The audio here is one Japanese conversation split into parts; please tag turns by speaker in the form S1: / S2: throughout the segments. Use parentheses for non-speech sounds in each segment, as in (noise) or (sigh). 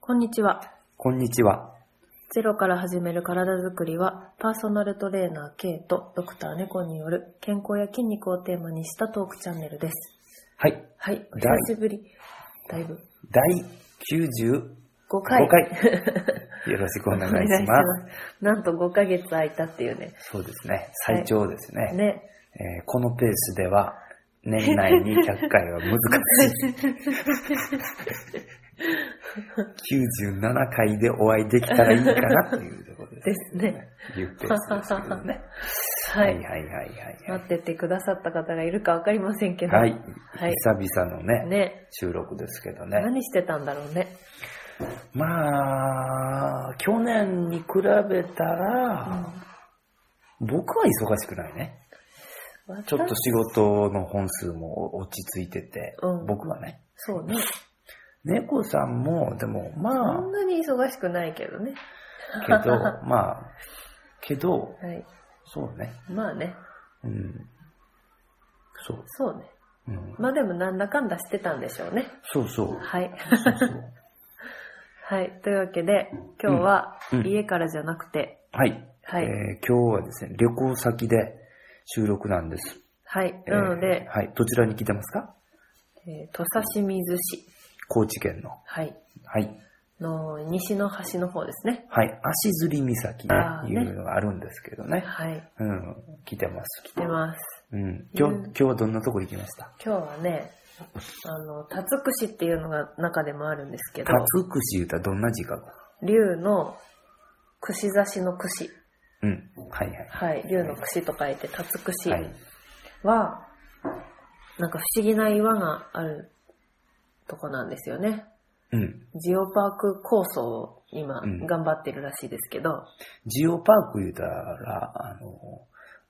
S1: こんにちは。
S2: こんにちは。
S1: ゼロから始める体づくりは、パーソナルトレーナー K とドクター猫による健康や筋肉をテーマにしたトークチャンネルです。
S2: はい。
S1: はい、お久
S2: 第
S1: しぶり。だいぶ。
S2: 第95
S1: 5回。
S2: 回。 (laughs) よろしくお願いし
S1: お願いし
S2: ま
S1: ます。 (laughs) なんと5ヶ月空いたっていうね。
S2: す。そうですね。最長ですね。
S1: ね。
S2: えーこのペースでは、年内に100回は難
S1: (laughs)
S2: しい。97回でお会いできたらいいかなっていうところです。
S1: ですね。
S2: いうペースですけどね。
S1: (laughs) はい。
S2: はいはいはい
S1: 待っててくださった方がいるかわかりませんけど。
S2: はい。はい。
S1: はい
S2: 久々のね、
S1: ね。
S2: 収録ですけどね。
S1: 何してたんだろうね。
S2: まあ、去年に比べたら、僕は忙しくないね。ちょっと仕事の本数も落ち着いてて、
S1: うん
S2: 僕はね。
S1: そうね。
S2: 猫さんも、でも、ま
S1: そんなに忙しくないけどね。
S2: あ、
S1: (laughs)
S2: けど、まあ、けど、
S1: はい。
S2: そうね。
S1: まあね。
S2: うん。そう。
S1: そうね。
S2: うん、
S1: まあでもなんだかんだしてたんでしょうね。
S2: そうそう。
S1: はい。
S2: そうそう
S1: (laughs) はい。というわけで、今日は
S2: うん
S1: 家からじゃなくて、
S2: はい。
S1: はい。
S2: えー今日はですね、旅行先で収録なんです。
S1: はい。
S2: えー
S1: なので、
S2: はい。どちらに来てますか
S1: えー土佐清水市、
S2: 高知県の。
S1: はい。
S2: はい。
S1: の西の端の方ですね。
S2: はい、足摺岬
S1: あー
S2: というのがあるんですけどね。
S1: はい。
S2: うん、来てます。
S1: 来てます。
S2: うん。今
S1: う
S2: 日、
S1: ん
S2: 今日はどんなとこ行きました
S1: 今日はね、あの、たつくしっていうのが中でもあるんですけど
S2: た、つくし言うたらどんな字か
S1: 竜の串刺しの串。
S2: うん。はいはい。
S1: はい。竜の串と書いて、たつくし。
S2: はい。
S1: は、なんか不思議な岩があるとこなんですよね。
S2: うん。
S1: ジオパーク構想を今
S2: うん
S1: 頑張ってるらしいですけど、
S2: ジオパーク言うたら、あの、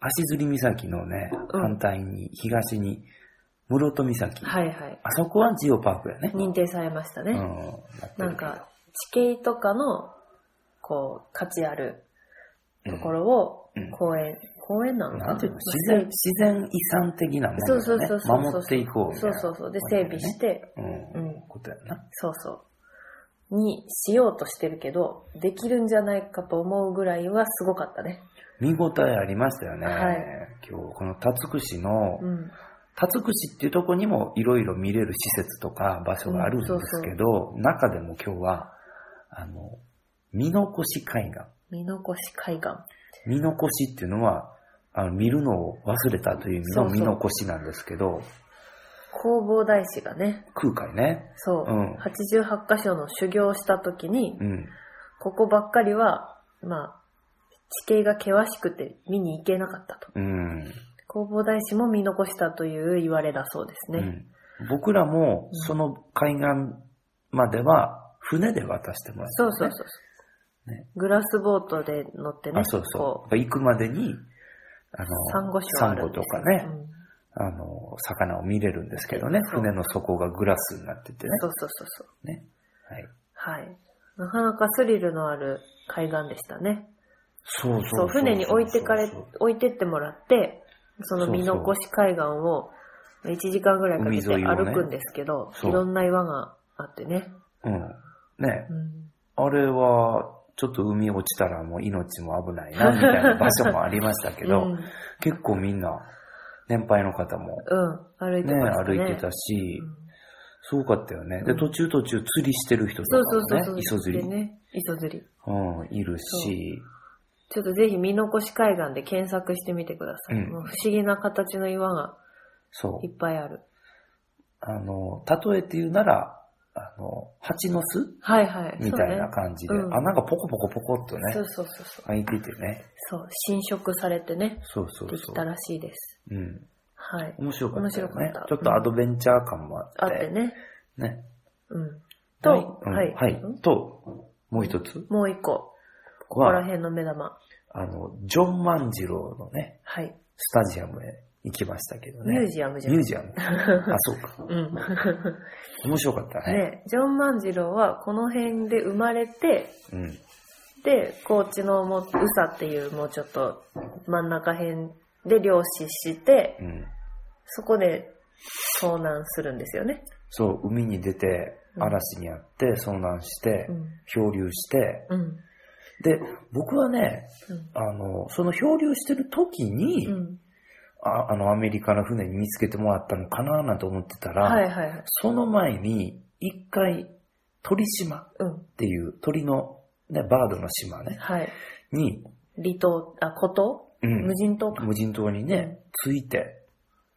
S2: 足摺岬のね、
S1: うん
S2: 反対に、東に、室戸岬。
S1: はいはい。
S2: あそこはジオパークやね。
S1: 認定されました
S2: う
S1: ね。
S2: ん。やってるけど
S1: なんか、地形とかの、こう、価値あるところを
S2: うんうん
S1: 公園、公園なのか
S2: なんていうの自然、自然遺産的なも
S1: そう
S2: の
S1: そ
S2: を
S1: う
S2: ね
S1: そうそう。
S2: 守っていこうみた
S1: そ
S2: いうな。
S1: そうそう。で、整備して、
S2: う。
S1: うんん、
S2: ことやな。
S1: そうそう。にしようとしてるけど、できるんじゃないかと思うぐらいはすごかったね。
S2: 見応えありましたよね。
S1: はい
S2: 今日、このたつくしの
S1: う、ん。
S2: たつくしっていうとこにもいろいろ見れる施設とか場所があるんですけど、中でも今日は、あの、見残し海岸。
S1: 見残し海岸。
S2: 見残しっていうのは、あの見るのを忘れたという意味
S1: そう
S2: の
S1: そう
S2: 見残しなんですけど、
S1: 弘法大師がね、
S2: 空海ね。
S1: そう、
S2: うん
S1: 88箇所の修行をした時に、
S2: うん。
S1: ここばっかりは、まあ、地形が険しくて見に行けなかったと。
S2: うん。
S1: 弘法大師も見残したという言われだそうです
S2: う
S1: ね。
S2: ん僕らも
S1: うん、
S2: その海岸までは、船で渡してもらった
S1: そ
S2: ね、
S1: うそうそうそう、
S2: ね
S1: グラスボートで乗ってね、
S2: あ、そう
S1: こ
S2: そう。行くまでに、あの、
S1: う、サンゴ礁あるん
S2: サンゴ
S1: です
S2: と
S1: よ
S2: かね、
S1: うん
S2: あの、魚を見れるんですけどね、
S1: そう
S2: 船の底がグラスになっててね。
S1: そうそうそうそう。
S2: ねはい、
S1: はい。なかなかスリルのある海岸でしたね。
S2: そうそう
S1: そう、船に置いてかれ、置いてってもらって、その見残し海岸を1時間ぐらいかけて
S2: 海沿いをね
S1: 歩くんですけど、
S2: そう
S1: いろんな岩があってね。
S2: うん。ね
S1: うん
S2: あれは、ちょっと海落ちたらもう命も危ないな、みたいな場所もありましたけど、
S1: (laughs) うん、うん
S2: 結構みんな、年配の方も
S1: 歩いて
S2: ね、
S1: ました
S2: 歩
S1: ね。
S2: いてた
S1: うん
S2: し、すごかったよね。
S1: う
S2: で、
S1: ん
S2: 途中途中釣りしてる人
S1: そう
S2: と
S1: そう
S2: か
S1: そう
S2: も
S1: そう。
S2: ね、磯釣
S1: で
S2: り、
S1: ね、磯釣り。
S2: うん、いるし、
S1: ちょっとぜひ見残し海岸で検索してみてください。
S2: うん
S1: もう不思議な形の岩が
S2: そう
S1: い。っぱいある。
S2: あの、例えて言うなら、あの、蜂の巣
S1: はいはい。
S2: みたいな感じ
S1: そ
S2: で、
S1: うねうん
S2: 穴がポコポコポコっとね、
S1: そうねそうそうそうそう。
S2: 開いててね。
S1: そう、侵食されてね、
S2: そうそう
S1: で
S2: そ
S1: き
S2: う。
S1: たらしいです。
S2: うん。
S1: はい。
S2: 面白かったよ
S1: 面白
S2: ね
S1: かった。
S2: ちょっとアドベンチャー感もあって。
S1: あってね。
S2: ね。
S1: うん。
S2: はい
S1: と、
S2: うん
S1: はい。
S2: はい
S1: うん。
S2: と、もう一つ
S1: もう一個。ここら
S2: は、
S1: 辺の目玉。
S2: あの、ジョン万次郎のね、
S1: はい。
S2: スタジアムへ行きましたけどね。
S1: ミュージアムじゃん。
S2: ミュージ
S1: (laughs)
S2: アム。あ、そうか。
S1: うん。
S2: 面白かったね。
S1: ね、ジョン万次郎はこの辺で生まれて、
S2: うん。
S1: で、高知のもう宇佐っていうもうちょっと真ん中辺で漁師して、
S2: うん。
S1: そこで遭難するんですよね。
S2: そう、海に出て、
S1: うん
S2: 嵐にあって、遭難して
S1: う、ん。
S2: 漂流して、
S1: うん。
S2: で、僕はね、
S1: うん
S2: あの、その漂流してる時に、
S1: うん。
S2: ああの、アメリカの船に見つけてもらったのかななんて思ってたら、
S1: はいはいはい。
S2: その前に、一回、鳥島っ
S1: うん。
S2: ていう、鳥の、ね、バードの島ね、
S1: はい。
S2: に、
S1: 離島、あ、孤島
S2: うん
S1: 無人島か。
S2: 無人島にね、着いて、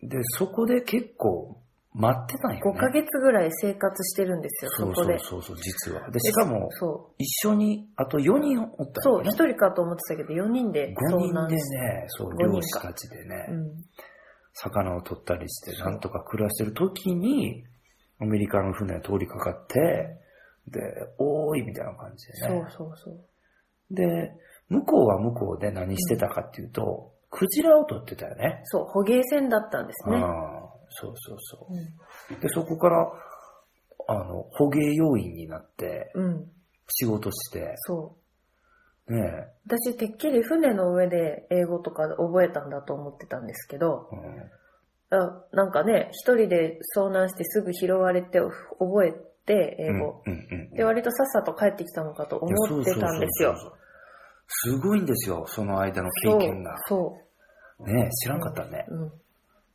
S2: で、そこで結構待ってたんよね。
S1: 5ヶ月ぐらい生活してるんですよ、そ
S2: そう
S1: こ
S2: そ
S1: で
S2: う。そうそう、実は。で、しかも、
S1: そ
S2: 一緒に、あと4人おっ
S1: う。
S2: た
S1: そ
S2: よ
S1: う、
S2: ね
S1: 一。人かと思ってたけど、4人で
S2: 5
S1: 遭
S2: 人
S1: 難
S2: で
S1: して。
S2: ね、そう、
S1: 五人か
S2: 漁師たちでね、
S1: うん。
S2: 魚を取ったりして、
S1: そう
S2: なんとか暮らしてる時に、アメリカの船が通りかかって、で、おーいみたいな感じで
S1: そ
S2: ね
S1: う。そうそう。
S2: で、向こうは向こうで何してたかっていうと、クジラを取ってたよね。
S1: そう、捕鯨船だったんです
S2: あ
S1: ね。
S2: あそうそうそう。
S1: う
S2: で、そこから、あの、捕鯨要員になって、
S1: ん。うん。
S2: 仕事して、
S1: そう。
S2: ね
S1: 私、てっきり船の上で英語とか覚えたんだと思ってたんですけど、
S2: え、
S1: あなんかね、一人で遭難してすぐ拾われて覚えて、
S2: う
S1: 英
S2: ん、
S1: 語。
S2: うん、うんうん。
S1: で、割とさっさと帰ってきたのかと
S2: いや
S1: 思ってたんです。
S2: そうそうそうそ
S1: よ。
S2: うすごいんですよ、その間の
S1: そ
S2: 経
S1: う
S2: 験が。
S1: そ
S2: ねえ知らんかったね、
S1: う、うん。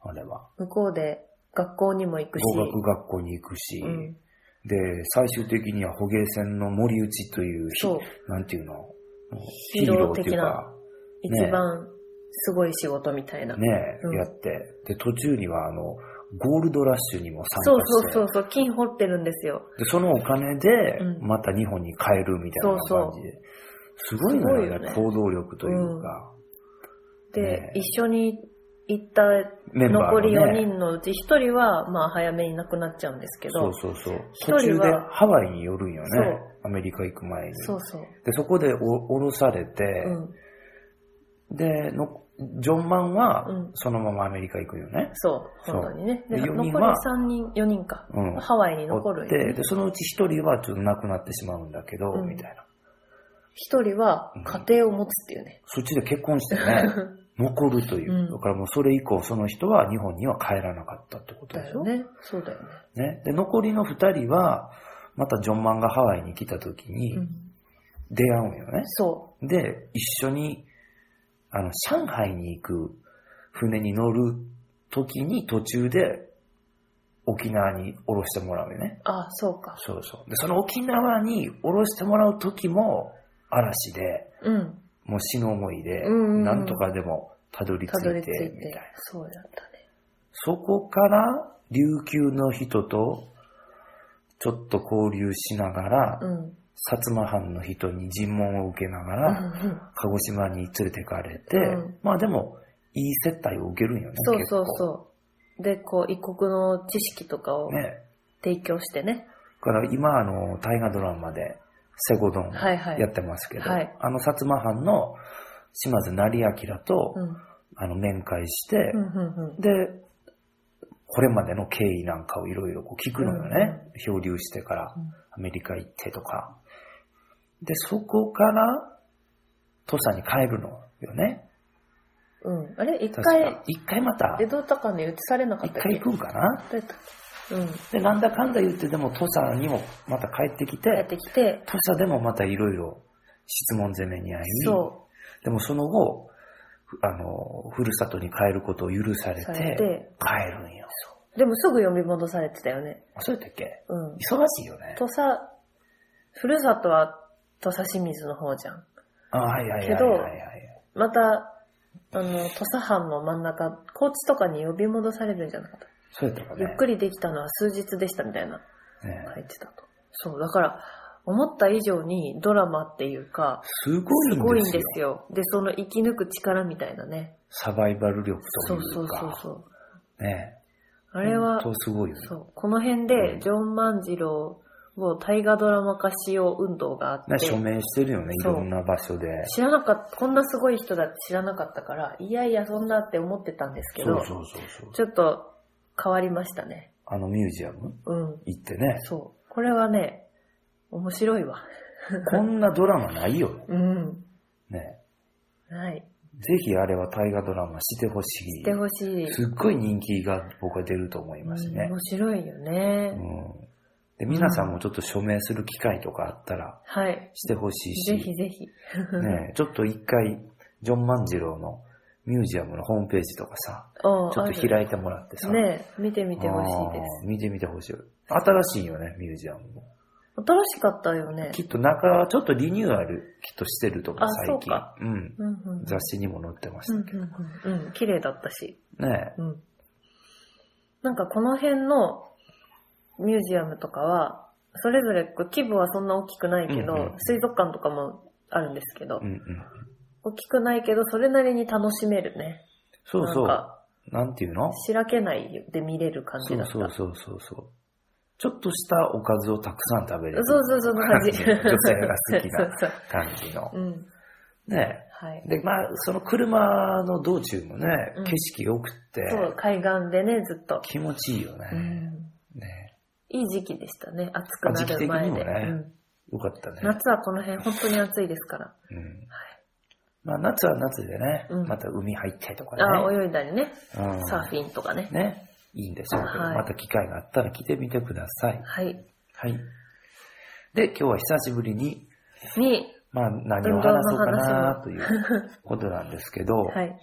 S2: あれは。
S1: 向こうで学校にも行くし。
S2: 語学学校に行くし、
S1: うん。
S2: で、最終的には捕鯨船の森打ちというひ、
S1: そう。
S2: なんていうの、
S1: ヒーロー的な
S2: ヒーローっていうかね
S1: 一番すごい仕事みたいな。
S2: ねえ、
S1: うん
S2: やって。で、途中には、あの、ゴールドラッシュにも参
S1: そう
S2: 加して、
S1: そうそうそう、金掘ってるんですよ。
S2: で、そのお金で
S1: う、ん
S2: また日本に帰るみたいな感じで。すごいのよね、
S1: すご
S2: 行動力というか。
S1: で、
S2: ねえ
S1: 一緒に行った
S2: メン
S1: 残
S2: バーの、ね、
S1: り4人のうち1人は、まあ早めに亡くなっちゃうんですけ
S2: そ
S1: ど
S2: う、そうそう。
S1: 一
S2: 途中
S1: 人は
S2: でハワイに寄るんよね
S1: そう。
S2: アメリカ行く前に。
S1: そうそう。
S2: で、そこでお降ろされて、
S1: うん。
S2: での、ジョンマンは
S1: うん、
S2: そのままアメリカ行くよね。
S1: そう、
S2: そう
S1: 本当にね。で
S2: で
S1: 残
S2: 四
S1: り
S2: 人は
S1: 3人、4人か。
S2: うん。
S1: ハワイに
S2: お
S1: 残る
S2: っ
S1: ん
S2: て
S1: よね
S2: で、そのうち一人はちょっと亡くなってしまうんだけど、
S1: うん
S2: みたいな。
S1: 一人は家庭を持つっていうね。
S2: そっちで結婚して
S1: (laughs)
S2: ね、残るという。
S1: うん
S2: だからもうそれ以降、その人は日本には帰らなかったってことで
S1: だ
S2: しょ
S1: よね。そうだよね。
S2: ね。で、残りの二人は、またジョンマンがハワイに来た時に
S1: うん
S2: 出会うんよね。
S1: そ
S2: で、一緒に、あの、上海に行く船に乗る時に途中で沖縄に降ろしてもらうよね
S1: う。。あ、そうか。
S2: そうそう。で、その沖縄に降ろしてもらう時も嵐で、
S1: うん。
S2: もう死の思いで、
S1: うんうんうん
S2: なんとかでもたどり着
S1: たどり
S2: い
S1: 着い
S2: て、みたい
S1: て
S2: な。。
S1: そうだったね。
S2: そこから琉球の人とちょっと交流しながら、
S1: うん。
S2: 薩摩藩の人に尋問を受けなが
S1: う
S2: ら、
S1: んうん
S2: 鹿児島に連れてかれて、
S1: うん
S2: まあでも、いい接待を受けるんよね。
S1: そうそう
S2: う。
S1: そう。で、こう、異国の知識とかを
S2: ね。
S1: 提供してね。
S2: だから今、あの、大河ドラマで、セゴドン
S1: はいはい
S2: やってますけど、
S1: はい
S2: あの、薩摩藩の島津成明と、
S1: うん。
S2: あの、面会して
S1: う、んうんうん。
S2: で、これまでの経緯なんかをいろいろこう聞くのよね。漂流してから
S1: うん
S2: アメリカ行ってとか。で、そこから土佐に帰るのよね。
S1: うん。あれ一
S2: 確
S1: 回
S2: か、一回また
S1: 江、戸高に移されなかっ
S2: 一
S1: たっ
S2: 回
S1: け
S2: 行くんかな
S1: どうやったっけうん。
S2: で、なんだかんだ言ってでも土佐にもまた帰ってき、
S1: やっててきて、
S2: 土佐でもまたいろいろ質問攻めに遭い、
S1: そ
S2: でもその後、ふあの、ふるさとに帰ることを許さ
S1: う、
S2: れ
S1: さ
S2: て、
S1: れて、
S2: 帰るんよ。
S1: でもすぐ呼び戻されてたよね。
S2: あ、そうやったっけ
S1: うん。
S2: 忙しいよね。
S1: 土佐、ふるさとは土佐清水の方じゃん。
S2: あ、はいはいはい
S1: け
S2: はい
S1: ど
S2: はいはい。
S1: また、あの、土佐藩の真ん中、高知とかに呼び戻されるんじゃなかった。
S2: そうやったかね。
S1: ゆっくりできたのは数日でしたみたいな
S2: ね
S1: 書いてたと。そう、だから、思った以上にドラマっていうか、
S2: すごいんですすよ。
S1: ごいんですよ。で、その生き抜く力みたいなね。
S2: サバイバル力と
S1: そ
S2: いううか。
S1: そうそうそう。
S2: ね
S1: あれは、
S2: 本当すごいよね。
S1: そう、この辺で、ジョン万次郎を大河ドラマ化しよう運動があって
S2: ね、、署名してるよね、い
S1: そう
S2: ろんな場所で。
S1: 知らなかった、こんなすごい人だって知らなかったから、いやいや、そんなって思ってたんですけ
S2: そ
S1: ど、
S2: うそうそうそう。
S1: ちょっと変わりましたね。
S2: あのミュージアム
S1: うん。
S2: 行ってね。
S1: そう。これはね、面白いわ。
S2: こんなドラマないよ。
S1: うん。
S2: ね。
S1: はい。
S2: ぜひあれは大河ドラマしてほしい。
S1: してほしい。
S2: すっごい人気が僕は出ると思います
S1: うん
S2: ね。
S1: 面白いよね。
S2: うん。で、皆さんもちょっと署名する機会とかあったら
S1: はい。
S2: してほしいし、
S1: ぜひぜひ。
S2: ねえ、ちょっと一回、ジョン万次郎のミュージアムのホームページとかさ、
S1: お
S2: ちょっと開いてもらってさ、
S1: ねえ見てみてほしいで
S2: あー見てみてほしい。新しいよね、ミュージアムも。
S1: す。新しかったよね
S2: き。っと中、ちょっとリニューアル、きっとしてると思う
S1: あ、
S2: 最
S1: そう
S2: 近。
S1: か
S2: うん。
S1: うんうん。
S2: 雑誌にも載ってまし
S1: うん
S2: た
S1: う
S2: けど。
S1: んうんうん。綺麗だったし。
S2: ね
S1: うん。なんかこの辺のミュージアムとかは、それぞれこう規模はそんな大きくないけど、
S2: うんうん
S1: 水族館とかもあるんですけど、
S2: え。うんうん。
S1: 大きくないけど、それなりに楽しめるね。
S2: そうそう。
S1: なん
S2: な
S1: か、
S2: んていうの
S1: しらけないで見れる感じ
S2: そ
S1: だ
S2: う
S1: った。
S2: そうそうそうそう。ちょっとしたおかずをたくさん食べれる。
S1: そうそうそう、その感じ。
S2: 女性が好き
S1: (laughs)
S2: な
S1: そう
S2: 感じの
S1: そう。。うん。
S2: ね
S1: はい
S2: え。。で、まあ、その車の道中もね
S1: うん、
S2: 景色良くって、
S1: そう、海岸でね、ずっと。
S2: 気持ちいいよね。
S1: うん
S2: ね
S1: いい時期でしたね、暑くな
S2: 時期
S1: る
S2: 的
S1: 前
S2: に
S1: で。
S2: もね
S1: うん
S2: えよかったね。
S1: 夏はこの辺、本当に暑いですから。
S2: うん。まあ、夏は夏でね、
S1: うん
S2: また海入ったりとかね。
S1: あ泳いだりね、
S2: うん
S1: サーフィンとかね。
S2: ね、いいんでしょうけど、
S1: はい
S2: また機会があったら来てみてください。
S1: はい。
S2: はい。で、今日は久しぶりに、
S1: に、
S2: まあ何を話そうかなということなんですけど、
S1: (laughs) はい。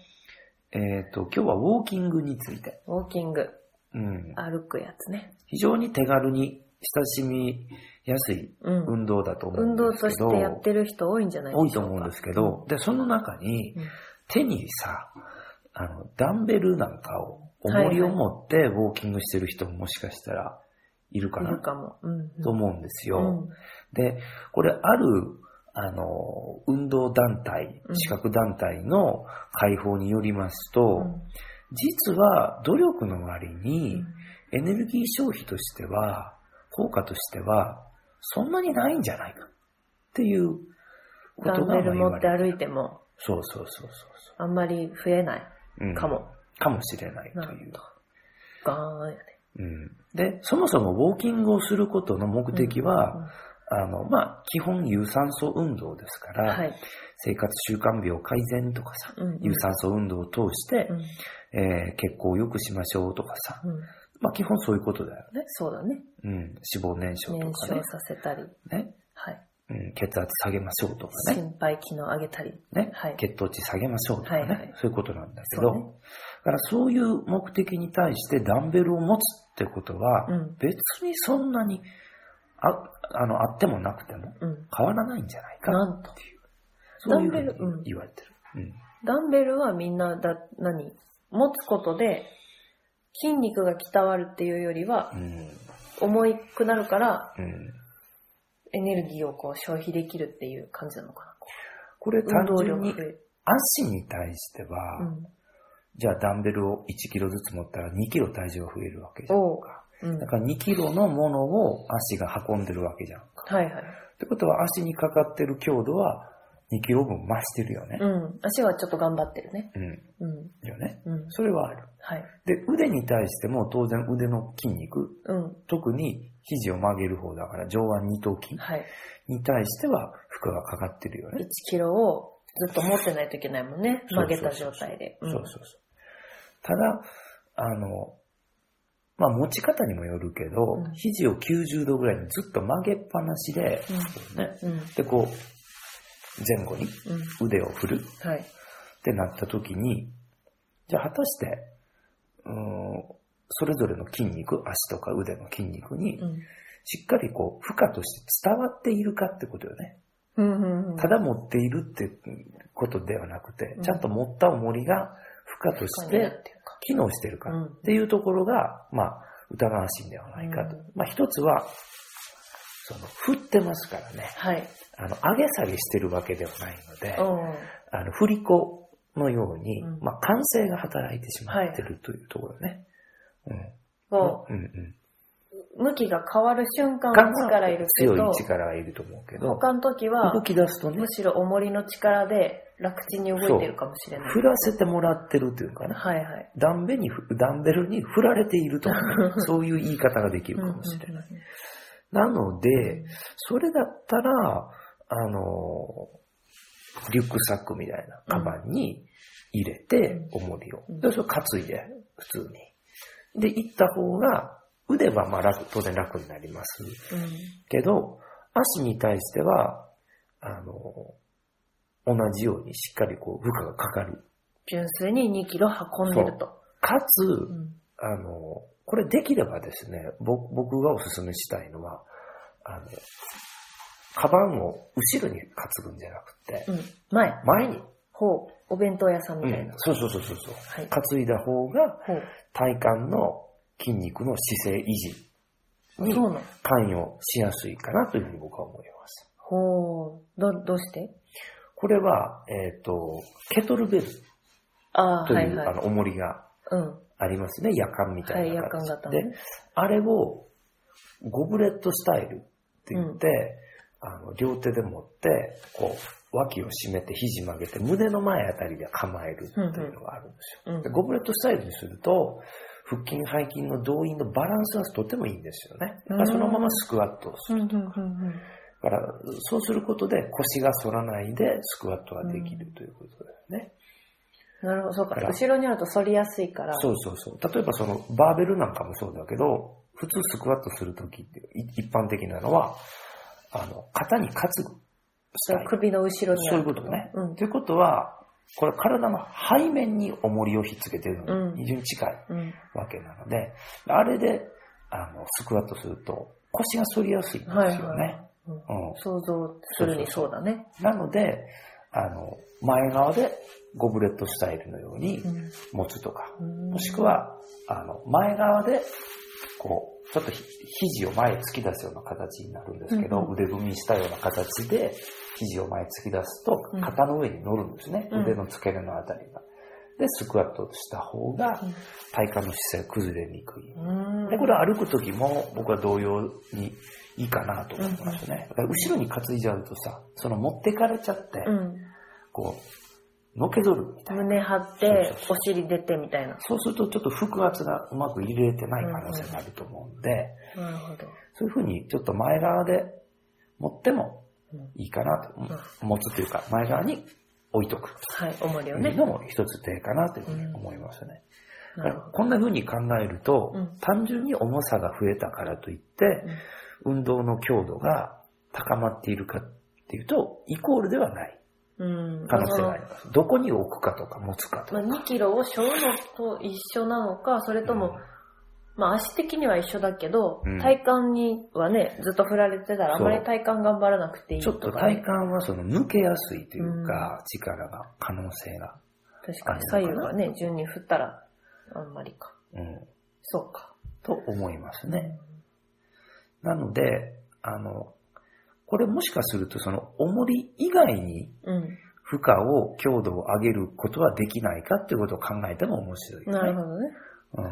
S2: えっと、今日はウォーキングについて、
S1: ウォーキング、
S2: うん、
S1: 歩くやつね。
S2: 非常に手軽に親しみやすい
S1: うん。
S2: 運動だと思うん
S1: 運動
S2: です
S1: と
S2: け
S1: し
S2: ど、
S1: てやってる人多いんじゃない
S2: 多
S1: で
S2: い
S1: し
S2: と
S1: ょうか。
S2: 思うんですけど、で、その中に
S1: うん。
S2: 手にさ、あの、ダンベルなんかを、重りを持ってウォーキングしてる人ももしかしたらいるか
S1: い
S2: な
S1: るかも。うんうん。
S2: と思うんです
S1: う
S2: よ。
S1: ん。
S2: で、これある、あの、運動団体
S1: う、ん
S2: 資格団体の解放によりますと、
S1: うん
S2: 実は努力の割
S1: う
S2: に
S1: ん
S2: エネルギー消費としては、効果としては、そんなにないんじゃないかっていうこ
S1: ダ
S2: と
S1: ン
S2: が
S1: ベ
S2: まあ
S1: ル
S2: 言
S1: 持
S2: わ
S1: って
S2: れ
S1: 歩いても、
S2: そうそうそうそうそ、
S1: あんまり増えないう
S2: うん
S1: か。も。
S2: かもしれないと
S1: なる
S2: いう。
S1: ガーンやね。
S2: うん、で、そもそもウォーキングをすることの目的は、あの、まあ、基本有酸素運動ですから、
S1: はい。
S2: 生活習慣病改善とかさ、
S1: うんうん
S2: 有酸素運動を通して
S1: う、ん。
S2: えー血行を良くしましょうとかさ、
S1: うん。
S2: まあ基本そういうことだよ。
S1: ね、そうだね。
S2: うん、脂肪燃焼と
S1: 燃
S2: かね
S1: 焼させたり。
S2: ね、
S1: はい。
S2: うん、血圧下げましょうとかね
S1: 心肺機能上げたり。
S2: ね、
S1: はい
S2: 血糖値下げましょうとかね、
S1: はいはい
S2: そういうことなんだけ
S1: そ
S2: ど、
S1: うね
S2: だからそういう目的に対してダンベルを持つってことは、
S1: うん。
S2: 別にそんなにああのあってもなくても
S1: うん。
S2: 変わらないんじゃないか
S1: な
S2: なん
S1: と。
S2: っていう、そういうふ
S1: ダンベルう
S2: うんに言われてる。うん
S1: ダンベルはみんなだ、何持つことで、筋肉が鍛わるっていうよりは、
S2: うん
S1: 重いくなるから、
S2: うん
S1: エネルギーをこう消費できるっていう感じなのかな。
S2: これ
S1: 運
S2: 単
S1: 動
S2: 純
S1: 量が
S2: に
S1: 増える。
S2: 足に対しては、
S1: うん。
S2: じゃあダンベルを1キロずつ持ったら2キロ体重が増えるわけじゃん
S1: おう。
S2: か。
S1: うん。
S2: だ
S1: は
S2: から2キロのものを足が運んでるわけじゃんか。
S1: いはい。
S2: ってことは足にかかってる強度は2キロ分増してるよね
S1: う。ん。足はちょっと頑張ってるね。
S2: うん。
S1: うん。
S2: よね。
S1: うん。
S2: それはある。
S1: はい。
S2: で、腕に対しても当然腕の筋肉、
S1: うん。
S2: 特に肘を曲げる方だから上腕二頭筋
S1: はい。
S2: に対しては負荷がかかってるよね
S1: 1。キロをずっと持ってないといけないもんね。
S2: そう
S1: 曲
S2: そう
S1: げ
S2: そ
S1: た状
S2: う
S1: 態で。
S2: そうそうそう。ただ、あの、まあ持ち方にもよるけど、
S1: うん
S2: 肘を90度ぐらいにずっと曲げっぱなしで、ね、
S1: うん。うん。
S2: でこう、前後に
S1: うん。
S2: 腕を振る
S1: はい。
S2: ってなった時に、じゃあ果たして、うーん、それぞれの筋肉、足とか腕の筋肉に
S1: う、ん。
S2: しっかりこう、負荷として伝わっているかってことよね。
S1: うんうんうん。
S2: ただ持っているってことではなくて
S1: う、ん
S2: ちゃんと持った重りが負荷とし
S1: そうな
S2: て
S1: っていうか
S2: 機能してるか
S1: う
S2: っ
S1: ん
S2: ていうところが、まあ、疑わしいんではないかと
S1: うん。
S2: まあ、一つは、その、振ってますからね。
S1: はい。
S2: あの、上げ下げしてるわけではないので、
S1: うん。
S2: あの、振り子のように、
S1: うん
S2: まあ、感性が働いてしまってるというところね。
S1: こ
S2: うん。うんうん。
S1: う、向きが変わる瞬間は力いるけ
S2: 強
S1: ど
S2: い、力がいると思うけど、
S1: 他の時は
S2: 動、き出すとね
S1: む、しろ重りの力で楽ちんに動いてるかもしれない
S2: 振。らせてもらってるというかね、
S1: はいはい。
S2: ダンベルに、ダンベルに振られているとかね、
S1: (laughs)
S2: そういう言い方ができるかもしれない。
S1: うんうん
S2: なの
S1: う
S2: で
S1: ん、
S2: それだったら、あの、リュックサックみたいなカバンに入れて、重りを
S1: う。ん
S2: で、それ担いで、普通に。で、行った方が、腕はまあ楽当然楽になりますけど、足に対しては、あの、同じようにしっかりこう負荷がかかる。
S1: 純粋に2キロ運んでると。
S2: かつ、
S1: うん
S2: あの、これできればですね、ぼ僕がおすすめしたいのは、あの、カバンを後ろに担ぐんじゃなくて、
S1: うん。前、
S2: 前に、
S1: ほう、お弁当屋さんみたいな。
S2: そうそうそうそうそう。
S1: はい。
S2: 担いだ方が
S1: ほう。
S2: 体幹の筋肉の姿勢維持に
S1: そうなの。
S2: 関与しやすいかなというふうに僕は思います。
S1: ほう。ど、どうして
S2: これは、えっ、と、ケトルベル
S1: ああ
S2: と、
S1: ー、はいいうは
S2: あ
S1: い。
S2: の、重りが
S1: うん。
S2: ありますね。夜間みたいな
S1: はい夜間
S2: 形
S1: 型の
S2: で。あれを、ゴブレットスタイルって言って、あの両手で持って、こう、脇を締めて、肘曲げて、胸の前あたりで構えるっていうのがあるんですよ。
S1: うん
S2: で。ゴブレットスタイルにすると、腹筋、背筋の動員のバランスがとてもいいんですよね。
S1: うん
S2: まあそのままスクワットをす
S1: う
S2: る。
S1: ん、うん、うんうん。
S2: だから、そうすることで腰が反らないでスクワットはできるということだよね。
S1: なるほど、そうか。
S2: だから
S1: 後ろにあると反りやすいから。
S2: そうそうそう。例えばそのバーベルなんかもそうだけど、普通スクワットするときってい一般的なのは、あの、肩に担ぐスタイル。
S1: 首の後ろにあ
S2: そうい
S1: る
S2: うことね。
S1: うん
S2: ということは、これ体の背面に重りをひっつけてるの
S1: うん
S2: に非常に近い
S1: うん。
S2: わけなので、あれで、あの、スクワットすると腰が反りやすいんですよね。
S1: はいはい。うん
S2: うん、
S1: 想像するにそうだね。
S2: なので、あの、前側でゴブレットスタイルのように持つとか、も
S1: も
S2: しく、は、あの、前側で、こう、ちょっとひ肘を前へ突き出すような形になるんですけど、
S1: うんう
S2: 腕組みしたような形で、肘を前へ突き出すと
S1: うん、
S2: 肩の上に乗るんですね。
S1: うん
S2: 腕の付け根のあたりが。で、スクワットした方が
S1: うん、
S2: 体幹の姿勢が崩れにくい。
S1: うん
S2: で、これ歩く時も、僕は同様にいいかなと思ってますね。だから後ろに担いじゃうとさ、その持ってかれちゃって、
S1: うん。
S2: こう、のけぞるみたいな。
S1: 胸張っ
S2: そ
S1: て
S2: うそう、
S1: お尻出てみたいな。
S2: そうするとちょっと腹圧がうまく入れてない可能性があると思うんで、
S1: なるほど。
S2: そういうふうにちょっと前側で持ってもいいかなと、
S1: う
S2: 持つというか前側に置いとく
S1: はい、重りを
S2: という
S1: ね。
S2: のも一つ手かなというふうに思いますね。だ
S1: な
S2: か
S1: る
S2: ら
S1: ほど。
S2: こんなふうに考えると、
S1: うん
S2: 単純に重さが増えたからといって、運動の強度が高まっているかっていうと、イコールではない
S1: うん。
S2: 可能性があります。どこに置くかとか持つかと
S1: ま
S2: か。
S1: あ、2キロを背負うのと一緒なのか、それとも、まあ足的には一緒だけど、
S2: うん
S1: 体幹にはね、ずっと振られてたらあ
S2: そう
S1: まり体幹頑張らなくていい
S2: ちょ
S1: と
S2: っと
S1: か、
S2: 体
S1: ね。
S2: 幹はその抜けやすいというか、力が、可能性が。
S1: 確かに左右がね、順に振ったらあんまりか。
S2: うん。
S1: そうか。
S2: と思いますね。なので、あの、これもしかするとその重り以外に
S1: うん。
S2: 負荷を、強度を上げることはできないかっていうことを考えても面白い、
S1: なるほどね。
S2: ど。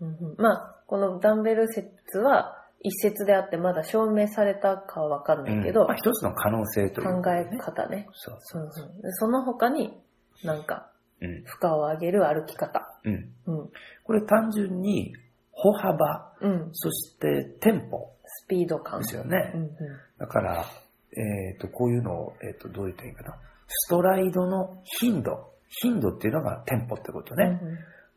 S1: うんうんまあ、このダンベル説は一説であってまだ証明されたかはわかん
S2: う。
S1: なんいけど、
S2: まあ、一つの可能性とい
S1: 考
S2: うことでね、
S1: え方ね。
S2: そうそ
S1: そうそう。でその他に、なんか、
S2: う。うん。
S1: 負荷を上げる歩き方。
S2: うん。
S1: うん。
S2: これ単純に、歩幅、
S1: うん。
S2: そしてテンポ
S1: スピード感
S2: で。すよね。
S1: うんうん。
S2: だから、えっ、と、こういうのを、えっ、と、どう言ったらいいかな。ストライドの頻度。頻度っていうのがテンポってことね。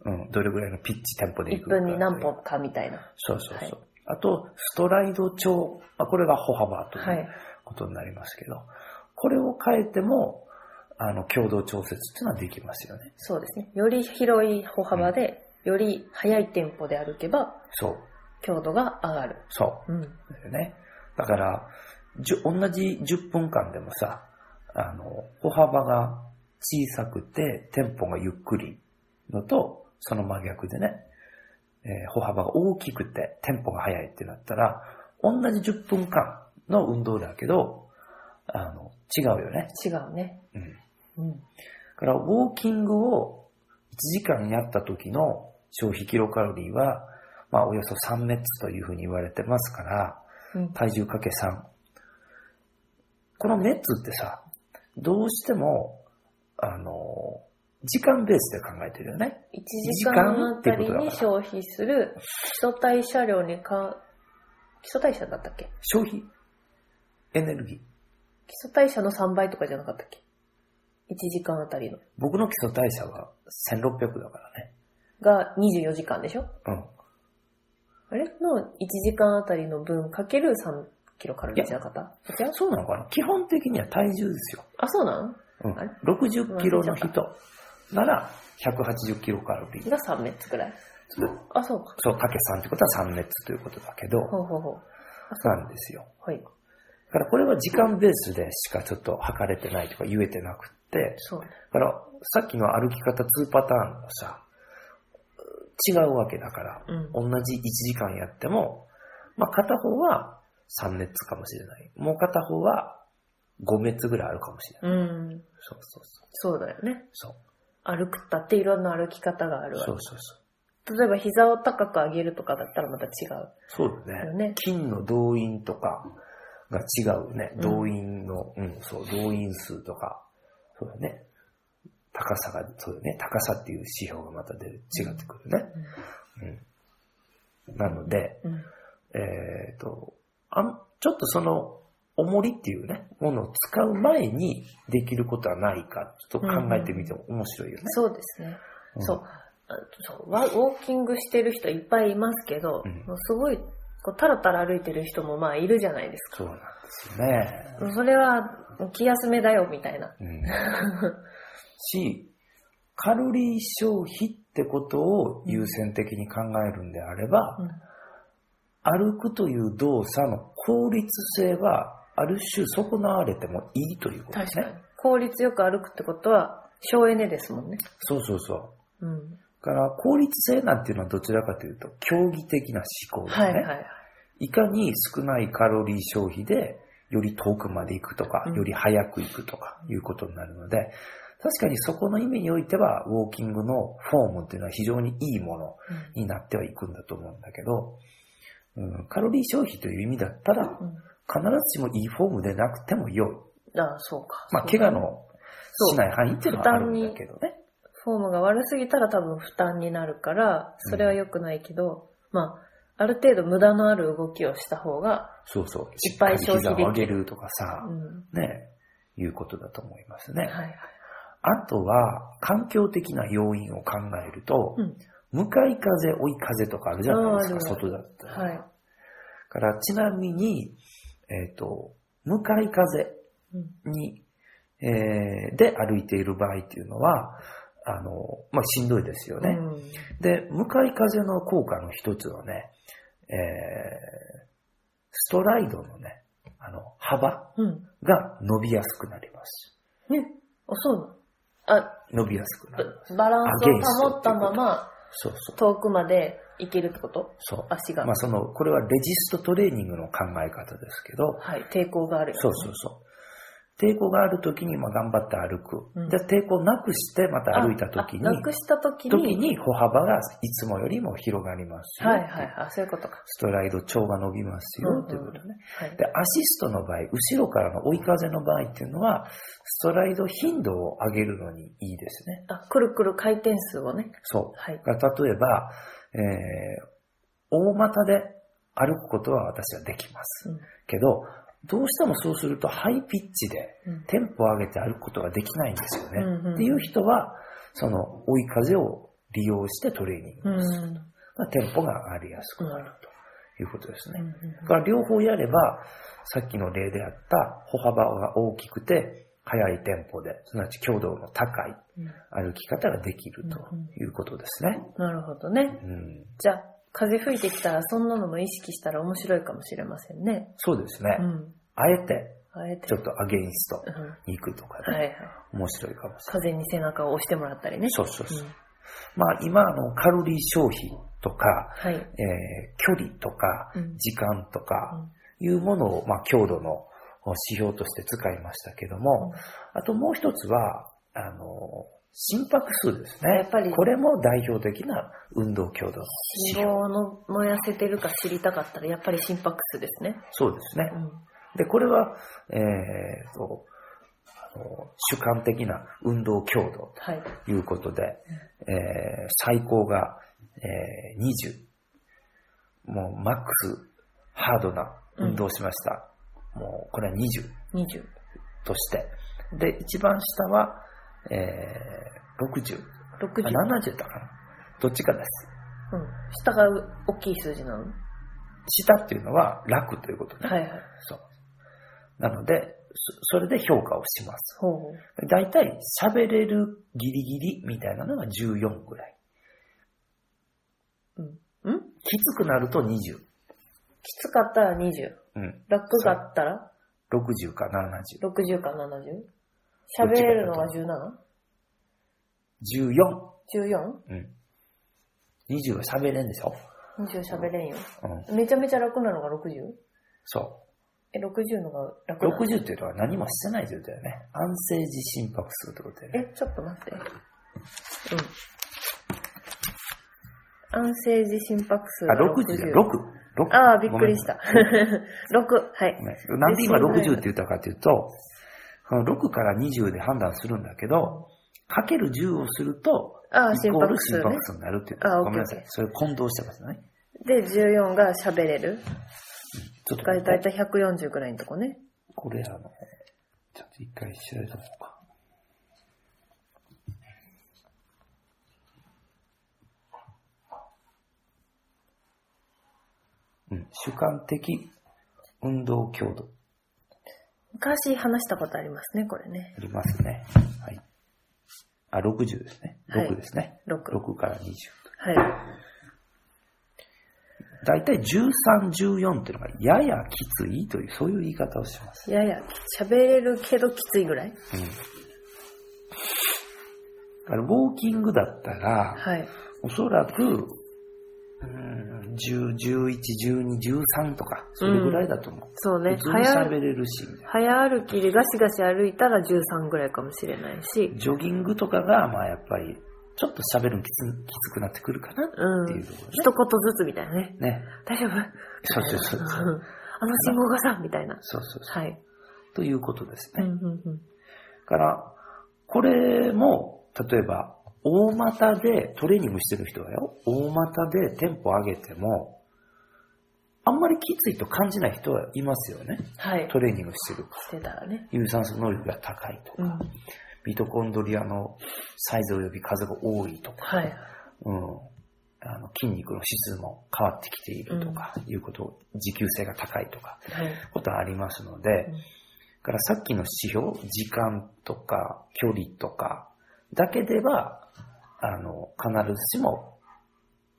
S1: うんうん
S2: うん、どれぐらいのピッチ、テンポでい
S1: 1
S2: くか。
S1: 分に何本かみたいな。
S2: そうそうそう。
S1: はい
S2: あと、ストライド調。まあ、これが歩幅と。
S1: はいいう
S2: ことになりますけど、これを変えても、あの、共同調節っていうのはできますよね。
S1: そうですね。より広い歩幅で、より速いテンポで歩けば、
S2: そう。
S1: 強度が上がる。
S2: そう。
S1: うん。
S2: だよね。だから、じゅ同じ10分間でもさ、あの、歩幅が小さくて、テンポがゆっくりのと、その真逆でね、えー歩幅が大きくて、テンポが速いってなったら、同じ10分間の運動だけど、あの、違うよね。
S1: 違うね。
S2: うん。だ
S1: うん。
S2: から、ウォーキングを1時間やった時の消費キロカロリーは、まあ、およそ3メッツというふうに言われてますから、
S1: うん。
S2: 体重かけ3。このメッツってさ、どうしても、あの、時間ベースで考えてるよね。
S1: 1時間あたり
S2: 時間っていうことだか
S1: に
S2: ら
S1: 消費する基礎代謝量にか、基礎代謝だったっけ
S2: 消費、エネルギー。
S1: 基礎代謝の3倍とかじゃなかったっけ ?1 時間あたりの。
S2: 僕の基礎代謝は1600だからね。
S1: が24時間でしょ
S2: うん。
S1: あれの1時間あたりの分かける3キロカロリーじゃなかった違う
S2: そうなのかな基本的には体重ですよ。
S1: あ、そうなん
S2: うん
S1: あれ。
S2: 60キロの人なら180キロカロリー。
S1: が3メッツぐらい。
S2: そう、
S1: あ、そうか。
S2: そうかけ3ってことは3列ということだけど、
S1: ほうほうほう。
S2: なんですよ。
S1: はい。
S2: だからこれは時間ベースでしかちょっと測れてないとか言えてなくって、
S1: そうね。
S2: だからさっきの歩き方2パターンもさ、違うわけだから、
S1: うん。
S2: 同じ1時間やっても、まあ片方は3列かもしれない。もう片方は5列ぐらいあるかもしれない。
S1: うん。
S2: そうそうそう。
S1: そうだよね。
S2: そう
S1: 歩くったっていろんな歩き方があるわ
S2: そうそうそう。
S1: 例えば膝を高く上げるとかだったらまた違
S2: そうだ
S1: うよ
S2: ね。
S1: ね。
S2: 金の動員とかが違うね。
S1: うん
S2: 動員の、うん、そう、動員数とか、そうだね。高さが、そうだね。高さっていう指標がまた出る違ってくるね。うん。なので、
S1: うん。
S2: えっ、と、あん、ちょっとその、重りっていうね、ものを使う前にできることはないか、ちょっと考えてみても面白いよね。
S1: そうですね。
S2: ん
S1: そう。。あそうワウォーキングしてる人いっぱいいますけど、
S2: うん
S1: もうすごい、こう、たらたら歩いてる人もまあいるじゃないです
S2: そうなんですよね。
S1: か。それは、気休めだよ、みたいな。
S2: うん (laughs) し、カロリー消費ってことを優先的に考えるんであれば、歩くという動作の効率性は、ある種損なわれてもいいということで
S1: 確
S2: す
S1: か
S2: ね。
S1: に。効率よく歩くってことは、省エネですもんね。
S2: そうそうそう。
S1: うん。
S2: だから、効率性なんていうのはどちらかというと、競技的な思考でね、
S1: はいはいはい。
S2: い。かに少ないカロリー消費で、より遠くまで行くとか
S1: う、ん
S2: より早く行くとか、いうことになるので、確かにそこの意味においては、ウォーキングのフォームっていうのは非常にいいものになってはいくんだと思うんだけど、うん、カロリー消費という意味だったら、
S1: うん。
S2: 必ずしもいいフォームでなくても良い。
S1: うん、ああ、そうか。
S2: まあ、怪我のしない範囲っていうのはあるんだけどね。
S1: フォームが悪すぎたら多分負担になるから、それは良くないけど、まあ、ある程度無駄のある動きをした方が、
S2: そうそう。
S1: いっぱい消費できる
S2: しっかり膝を上げるとか
S1: う
S2: さ、
S1: ん。
S2: ね、いうことだと思います
S1: はい
S2: ね。
S1: はい。
S2: あとは、環境的な要因を考えると、
S1: うん。
S2: 向かい風、追い風とかあるじゃないで
S1: ああ
S2: すか、
S1: る
S2: 外だったら。
S1: はい。
S2: から、ちなみに、えっ、と、向かい風
S1: うん。
S2: に、えーで歩いている場合っていうのは、あの、まあ、しんどいですよね。
S1: うん
S2: で、向かい風の効果の一つはね、えーストライドのね、あの、幅
S1: うん。
S2: が伸びやすくなります。
S1: ね。あ、そうなのあ、
S2: 伸びやすくなる。
S1: バランスを保ったまま、
S2: そうそう。
S1: 遠くまで行けるってこと
S2: そう。
S1: 足が。
S2: まあ、その、これはレジストトレーニングの考え方ですけど、
S1: はい。抵抗があるよね。
S2: そうそうそう。抵抗があるときに、まあ、頑張って歩く。
S1: うん
S2: じゃあ抵抗なくして、また
S1: あ。
S2: 歩いたときに、
S1: あなくした時に。
S2: 時に歩幅がいつもよりも広がりますよ。
S1: はいはい。あ、そういうことか。
S2: ストライド、長が伸びますよ、ということね。
S1: はい。
S2: で、アシストの場合、後ろからの追い風の場合っていうのは、ストライド頻度を上げるのにいいですね。
S1: あ、くるくる回転数をね。
S2: そう。
S1: はい。
S2: だから例えば、えー、大股で歩くことは私はできます。
S1: うん
S2: けど、どうしてもそうするとハイピッチで
S1: うん
S2: テンポを上げて歩くことができないんですよね。
S1: うんうん
S2: っていう人は、その追い風を利用してトレーニング
S1: う
S2: をする。
S1: ん。
S2: まあテンポが上がりやすくなるということですね。
S1: うん
S2: だから両方やれば、さっきの例であった歩幅が大きくて、速いテンポで、すなわち強度の高い
S1: うん
S2: 歩き方ができるということですね。
S1: なるほどね。
S2: うん、
S1: じゃあ、風吹いてきたら、そんなのも意識したら面白いかもしれませんね。
S2: そうですね。
S1: うん。
S2: あえて、
S1: あえて。
S2: ちょっとアゲインスト
S1: うん
S2: に行くとかね、
S1: はいはい。
S2: 面白いかもしれない。
S1: 風に背中を押してもらったりね。
S2: そうそうそう。
S1: ん
S2: まあ今あのカロリー消費とか、
S1: はい。
S2: えー距離とか
S1: うん、
S2: 時間とかいうものを、まあ強度の指標として使いましたけども、あともう一つは、あの、心拍数ですね。
S1: やっぱり
S2: これも代表的な運動強度の指
S1: 心
S2: 標。
S1: 臓の燃やせてるか知りたかったら、やっぱり心拍数ですね。
S2: そうですね
S1: う。ん。
S2: で、これは、えーと、あの主観的な運動強度
S1: はい。
S2: ということで、えー最高が、えー20。もうマックスハードな運動をしました。もうこれは20
S1: 20。
S2: として。で、一番下は、えー60。
S1: 60。
S2: あ70だから。どっちかです。
S1: うん。下が大きい数字なの
S2: 下っていうのは楽ということね。
S1: はいはい。
S2: そう。なので、そそれで評価をします。
S1: ほうほう。
S2: だいたい喋れるギリギリみたいなのが14ぐらい。
S1: うん。ん
S2: きつくなると20。
S1: きつかったら20。
S2: うん。
S1: 楽だったら
S2: 60か70。
S1: 60か 70? 喋れるのが 17?14?
S2: 14。うん。20は喋れんでしょ
S1: 20喋れんよ。
S2: うん。
S1: めちゃめちゃ楽なのが 60?
S2: そ
S1: え、60のが
S2: う。
S1: 楽なの
S2: 60っていうのは何もしてない状態だよね。安静時心拍数ってことだよね。
S1: え、ちょっと待って。うん。安静時心拍数
S2: あ、
S1: が
S2: 60じゃん。6。6。
S1: ああ、びっくりした。6、はい。
S2: なんで今60って言ったかっていうと、その6から20で判断するんだけど、かける10をすると、
S1: ああ、
S2: イ
S1: 心
S2: コー
S1: 拍
S2: ル
S1: 数
S2: 心
S1: ね
S2: 拍。数になるっていう。
S1: あ
S2: ごめんなさ
S1: オッケーオッケ
S2: い。それ混同してますね。
S1: で、14が喋れる。
S2: ちょっと
S1: が
S2: 待
S1: だい
S2: って、
S1: たい140くらいのとこね。
S2: これあの、ちょっと一回調べてもらおうか。うん、主観的運動強度。
S1: 昔話したことありますね、これね。
S2: ありますね。はい。あ、60ですね。
S1: はい
S2: 6ですね。
S1: 6。
S2: 6から20。
S1: はい。
S2: だいたい13、14っていうのがややきついという、そういう言い方をします。
S1: やや、喋れるけどきついぐらい
S2: うん。だからウォーキングだったら、
S1: はい。
S2: おそらく、うん、10、11、12、13とか、それぐらいだと思う。
S1: そうね。
S2: 普通に
S1: 早
S2: 喋
S1: 歩
S2: れるし、みたいな
S1: 早歩きでガシガシ歩いたら13ぐらいかもしれないし。
S2: ジョギングとかが、まあやっぱり、ちょっと喋るのきつきつくなってくるかなっ
S1: うん。
S2: ていう
S1: 一
S2: ところ
S1: 言ずつみたいなね。
S2: ね。ね。
S1: 大丈夫
S2: そうそうそううんそう。
S1: あの信号がさ、みたいな。
S2: そうそうそ
S1: はい。
S2: う。ということです
S1: うん
S2: ね。
S1: うんうん。
S2: だから、これも、例えば、大股でトレーニングしてる人はよ、大股でテンポ上げても、あんまりきついと感じない人はいますよね。
S1: はい。
S2: トレーニングしてるから。
S1: してたらね。
S2: 有酸素能力が高いと
S1: うん。
S2: か、ミトコンドリアのサイズ及び数が多いとか、
S1: はい。
S2: うん、あの筋肉の質も変わってきているとか、いうこと、持久性が高いとか、
S1: はい。
S2: ことはありますので、
S1: うん
S2: だからさっきの指標、時間とか距離とかだけでは、あの、必ずしも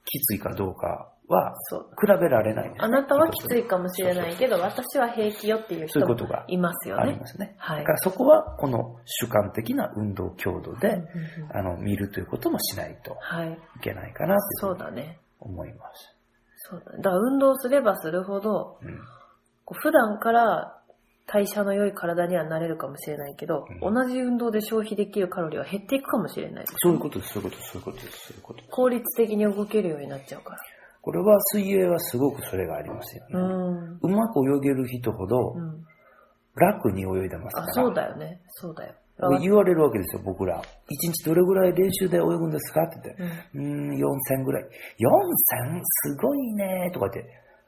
S2: きついかどうかは
S1: そう。
S2: 比べられないんです
S1: あなたはきついかもしれないけど、私は平気よっていう人
S2: そういうこ
S1: も
S2: とが
S1: いますよ
S2: あり
S1: ね
S2: ま。すね。
S1: は
S2: だ
S1: い
S2: か。らそこはこの主観的な運動強度
S1: うんう
S2: で
S1: ん、うん
S2: あの、見るということもしないと
S1: はい。
S2: いけないかなとい
S1: そうう
S2: ふうに
S1: だね。
S2: 思います。
S1: そうだ。だから運動すればするほど、
S2: うん
S1: こう普段から代謝の良い体にはなれるかもしれないけど、
S2: うん
S1: 同じ運動で消費できるカロリーは減っていくかもしれない。
S2: そういうことです、そういうことです、そういうことです、そういうことです。
S1: 効率的に動けるようになっちゃうか
S2: これは水泳はすごくそれがありますよね。
S1: ら。うん。
S2: うまく泳げる人ほど
S1: うん。
S2: 楽に泳いでますか
S1: あ
S2: ら。、
S1: そうだよね。そうだよ。
S2: 言われるわけですよ、僕ら。一日どれぐらい練習で泳ぐんですかって言って。
S1: うん
S2: うーん、4000ぐらい。4000? すごいねとかって、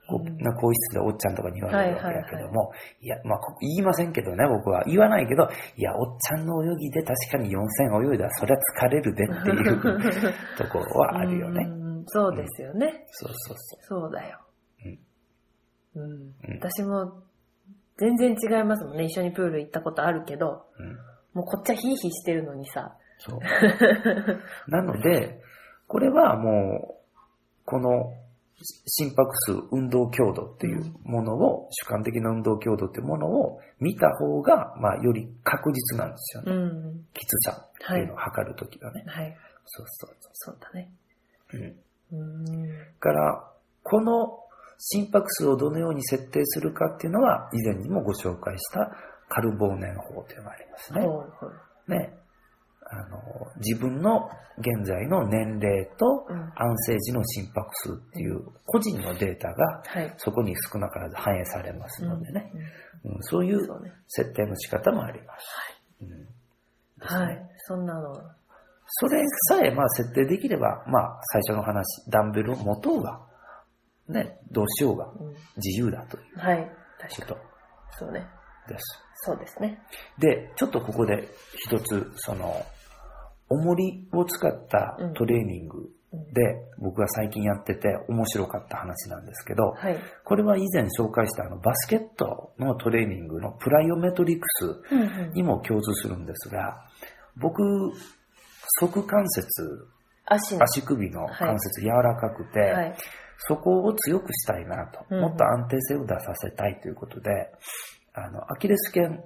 S2: こう
S1: うん
S2: な更衣室でおっちゃんとかに言われるわけ
S1: はいは
S2: だ
S1: い
S2: け
S1: はい
S2: ども、いや、まあ、こ言いませんけどね、僕は。言わないけど、いや、おっちゃんの泳ぎで確かに4000泳いだら、そりゃ疲れるでっていう
S1: (laughs)
S2: ところはあるよね。
S1: うんそうですよね。
S2: そうそうそ
S1: そうだよ。うん。
S2: うん
S1: 私も、全然違いますもんね。一緒にプール行ったことあるけど、
S2: う。うん
S1: もうこっちはヒーヒーしてるのにさ。
S2: そう。
S1: (laughs)
S2: なので、これはもう、このし心拍数運動強度っていうものを、主観的な運動強度っていうものを見た方が、まあ、より確実なんですよね。
S1: うん。
S2: きつさっていうのを測るときはね。
S1: はい。
S2: そうそうそ
S1: そうだね。
S2: う。うん。だ
S1: うん。
S2: から、この心拍数をどのように設定するかっていうのは、以前にもご紹介したカルボーネン法っていうのがあります
S1: ほ
S2: ね。
S1: うほう。
S2: ね、あの、自分の現在の年齢と
S1: うん
S2: 安静時の心拍数っていう個人のデータが
S1: はい。。
S2: そこに少なからず反映されますのでね、うんそういううん
S1: そうね。
S2: 設定の仕方もあります。うんですね
S1: はい。そんなの。
S2: それさえまあ設定できれば、まあ最初の話、ダンベルを持とうが、ね、どうしようが
S1: うん。
S2: 自由だという
S1: はい。確か
S2: こ
S1: に。
S2: と
S1: そうね。
S2: です。
S1: そうですね。
S2: で、ちょっとここで一つ、その、重りを使ったトレーニング
S1: うん
S2: で、僕が最近やってて面白かった話なんですけど、
S1: はい。
S2: これは以前紹介したあのバスケットのトレーニングのプライオメトリクス
S1: うんうん
S2: にも共通するんですが、僕、側関節、
S1: 足の。
S2: 足首の関節柔らかくて、
S1: はい。
S2: そこを強くしたいなと、
S1: うんうん
S2: もっと安定性を出させたいということで、あの、アキレス腱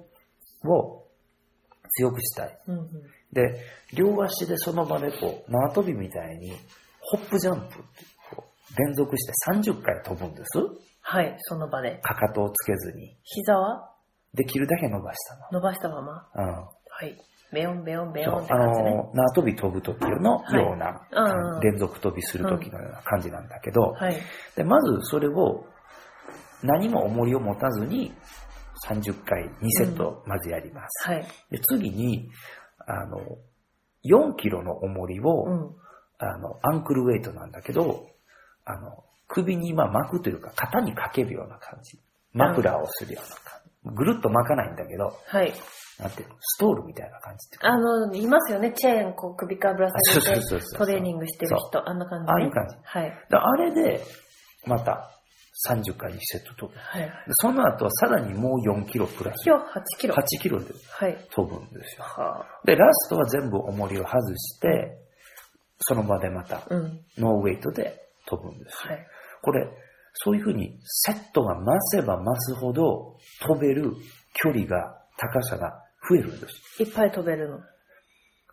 S2: を強くしたい。
S1: うんうん
S2: で、両足でその場でこう、縄跳びみたいに、ホップジャンプってこう連続して30回飛ぶんです。
S1: はい、その場で。
S2: かかとをつけずに。
S1: 膝は
S2: できるだけ伸ばしたの。
S1: 伸ばしたまま。
S2: うん。
S1: はい。ベヨンベヨンベ
S2: そ
S1: ヨン
S2: う
S1: って
S2: あ
S1: 感じね。
S2: の、縄跳び飛ぶ時の
S1: はい
S2: ような、
S1: うんうん
S2: 連続跳びする時のような感じなんだけど、
S1: はい。
S2: で、まずそれを何も重りを持たずに30回2セットまずやります。
S1: はい。
S2: で、次に、あの、4キロの重りを、
S1: うん。
S2: あの、アンクルウェイトなんだけど、あの、首にまあ巻くというか、肩にかけるような感じ。マフラーをするような感じ。ぐるっと巻かないんだけど、
S1: はい。
S2: なんていうの、ストールみたいな感じっていうか
S1: あの、いますよね。チェーン、こう、首からぶら下
S2: あ
S1: げ
S2: そう
S1: て
S2: そうそうそう、
S1: トレーニングしてる人、あんな感じね。
S2: ああいう感じ
S1: はい。
S2: だあれで、また30回にセット飛ぶ。で
S1: はい。
S2: その後はさらにもう4キロプラス。
S1: 今日8キロ。
S2: 8キロで
S1: はい。
S2: 飛ぶんですよ。
S1: は
S2: で、ラストは全部重りを外して、その場でまた
S1: あ。うん。
S2: ノーウェイトで飛ぶんですよ。
S1: はい。
S2: これ、そういうふうにセットが増せば増すほど飛べる距離が、高さが増えるんです。
S1: いっぱい飛べるの。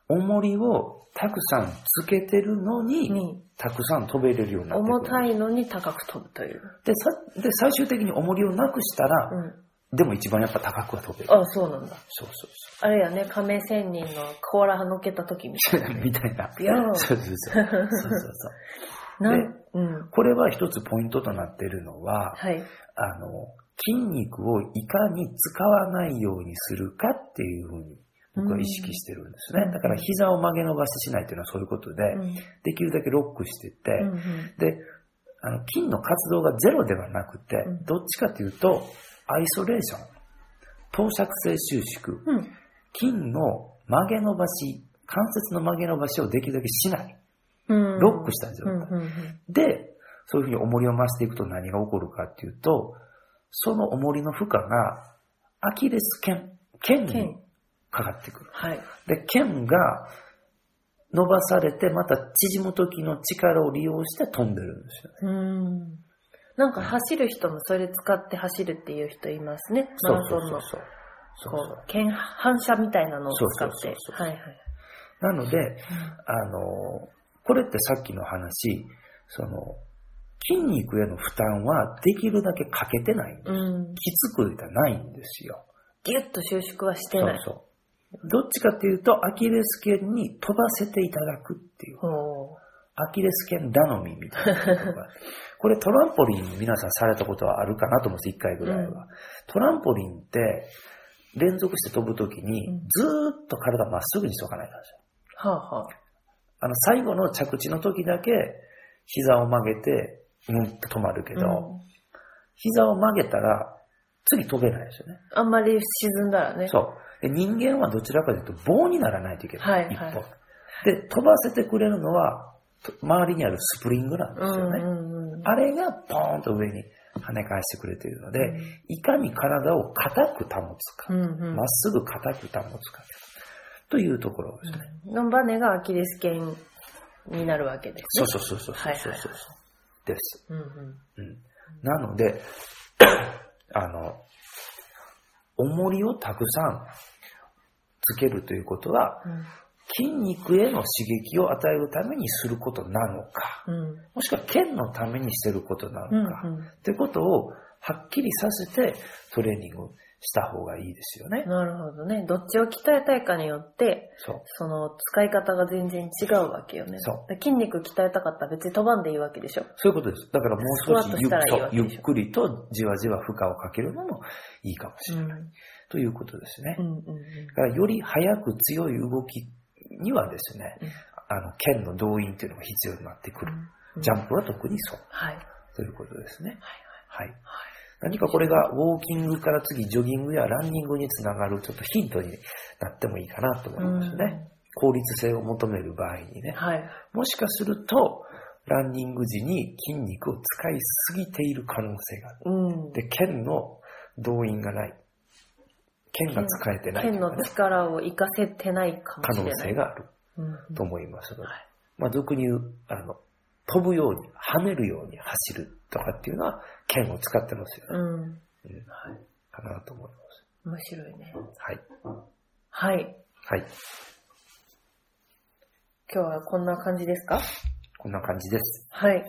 S2: 重りをたくさんつけてるのに、
S1: に、
S2: たくさん飛べれるようになってくる。
S1: 重たいのに高く飛ぶという。
S2: でさで、最終的に重りをなくしたら、
S1: うん。
S2: でも一番やっぱ高くは飛べる。
S1: あ、そうなんだ。
S2: そうそうそ
S1: あれやね、亀仙人の甲羅はのけた時み
S2: (laughs)
S1: たいな。
S2: う。みたいな。
S1: ビヨーン
S2: そうそうそう。そうそうそう。
S1: (laughs) な
S2: で
S1: ん、うん。
S2: これは一つポイントとなっているのは、
S1: はい。
S2: あの、筋肉をいかに使わないようにするかっていうふうに僕は意識してるんですね
S1: う。ん
S2: だから膝を曲げ伸ばししないっていうのはそういうことで、
S1: うん。
S2: できるだけロックしてて、
S1: うんうん
S2: で、あの、筋の活動がゼロではなくて、
S1: うん
S2: どっちかというと、アイソレーション、投射性収縮、
S1: うん。
S2: 筋の曲げ伸ばし、関節の曲げ伸ばしをできるだけしない。
S1: うん。
S2: ロックした
S1: う
S2: 状態。
S1: んうんうん。
S2: で、そういうふうに重りを増していくと何が起こるかっていうと、その重りの負荷が、アキレス腱、腱に
S1: 剣。
S2: かかってくる。
S1: はい。
S2: で、腱が伸ばされて、また縮む時の力を利用して飛んでるんですよ。
S1: うん。なんか走る人もそれ使って走るっていう人いますね。マラソンの。
S2: そう。そうそ
S1: こ
S2: う
S1: う、剣反射みたいなのを使っ
S2: そう
S1: て
S2: そう。そうそう
S1: はいはい。
S2: なので、あの、これってさっきの話、その、筋肉への負担はできるだけかけてない。
S1: うん。
S2: きつくじゃないんですよ。
S1: ギュッと収縮はして
S2: そう
S1: ない。
S2: そう。どっちかっていうと、アキレス腱に飛ばせていただくっていう。
S1: ほ
S2: アキレス腱頼みみたいなの
S1: (laughs)
S2: が。これトランポリン皆さんされたことはあるかなと思うんです、一回ぐらいは。
S1: うん
S2: トランポリンって、連続して飛ぶときに
S1: うん、
S2: ずーっと体まっすぐにしとかないからですよ
S1: う。はあはあ。
S2: あの、最後の着地の時だけ、膝を曲げて、うんって止まるけど、
S1: うん
S2: 膝を曲げたら、次飛べないですよね。
S1: あんまり沈んだらね。
S2: そう。で人間はどちらかというと棒にならないといけない。
S1: はいはい
S2: 一本。で、飛ばせてくれるのは、と周りにあるスプリングなんで
S1: う
S2: すよね。
S1: んうんうん。
S2: あれがポーンと上に跳ね返してくれているので、
S1: うん
S2: いかに体を硬く保つか
S1: う、んうん
S2: ま、っすぐ硬く保つか、というところですね。
S1: のバネがアキレス腱になるわけです
S2: そう
S1: ね。
S2: そうそうそうそうそうそう。です。
S1: うんうん
S2: うんなので、 (coughs) あの、重りをたくさんつけるということは、筋肉への刺激を与えるためにすることなのか、
S1: うんうん
S2: もしくは腱のためにしてることな
S1: うん
S2: のか、ということをはっきりさせてトレーニングした方がいいですよ
S1: う
S2: ね
S1: ん。なるほどね。どっちを鍛えたいかによって、
S2: そう。
S1: その使い方が全然違うわけよね。
S2: そう
S1: で筋肉鍛えたかったら別に飛ばんでいいわけでしょ。
S2: そういうことです。だからもう
S1: スクワ
S2: 少
S1: ット
S2: し
S1: し
S2: ゆ
S1: たらいい
S2: そう
S1: わけでしょ
S2: ゆっくりとじわじわ負荷をかけるのもいいかもしれない。
S1: うん
S2: ということですね。
S1: うんうん
S2: だからより早く強い動きにはですね、
S1: うん
S2: あの、剣の動員っていうのが必要になってくる。
S1: うん
S2: ジャンプは特にそう。
S1: はい。
S2: ということですね。はい。何かこれがウォーキングから次ジョギングやランニングにつながるちょっとヒントになってもいいかなと思いますね。効率性を求める場合にね、
S1: はい。
S2: もしかすると、ランニング時に筋肉を使いすぎている可能性がある。
S1: うん。
S2: で、剣の動員がない。剣が使えてないとい
S1: 剣
S2: うか
S1: の
S2: ね、
S1: 力を活かせてないかも
S2: 可
S1: し
S2: 能
S1: れな
S2: 性
S1: い。
S2: がある
S1: うん
S2: と思いますので
S1: は、
S2: まあ、俗に言う、あの、飛ぶように、跳ねるように走るとかっていうのは、剣を使ってますよね。
S1: うん。
S2: うんかなと思います。
S1: 面白いね。
S2: はい。
S1: はい。
S2: はい。
S1: 今日はこんな感じですか
S2: こんな感じです。
S1: はい。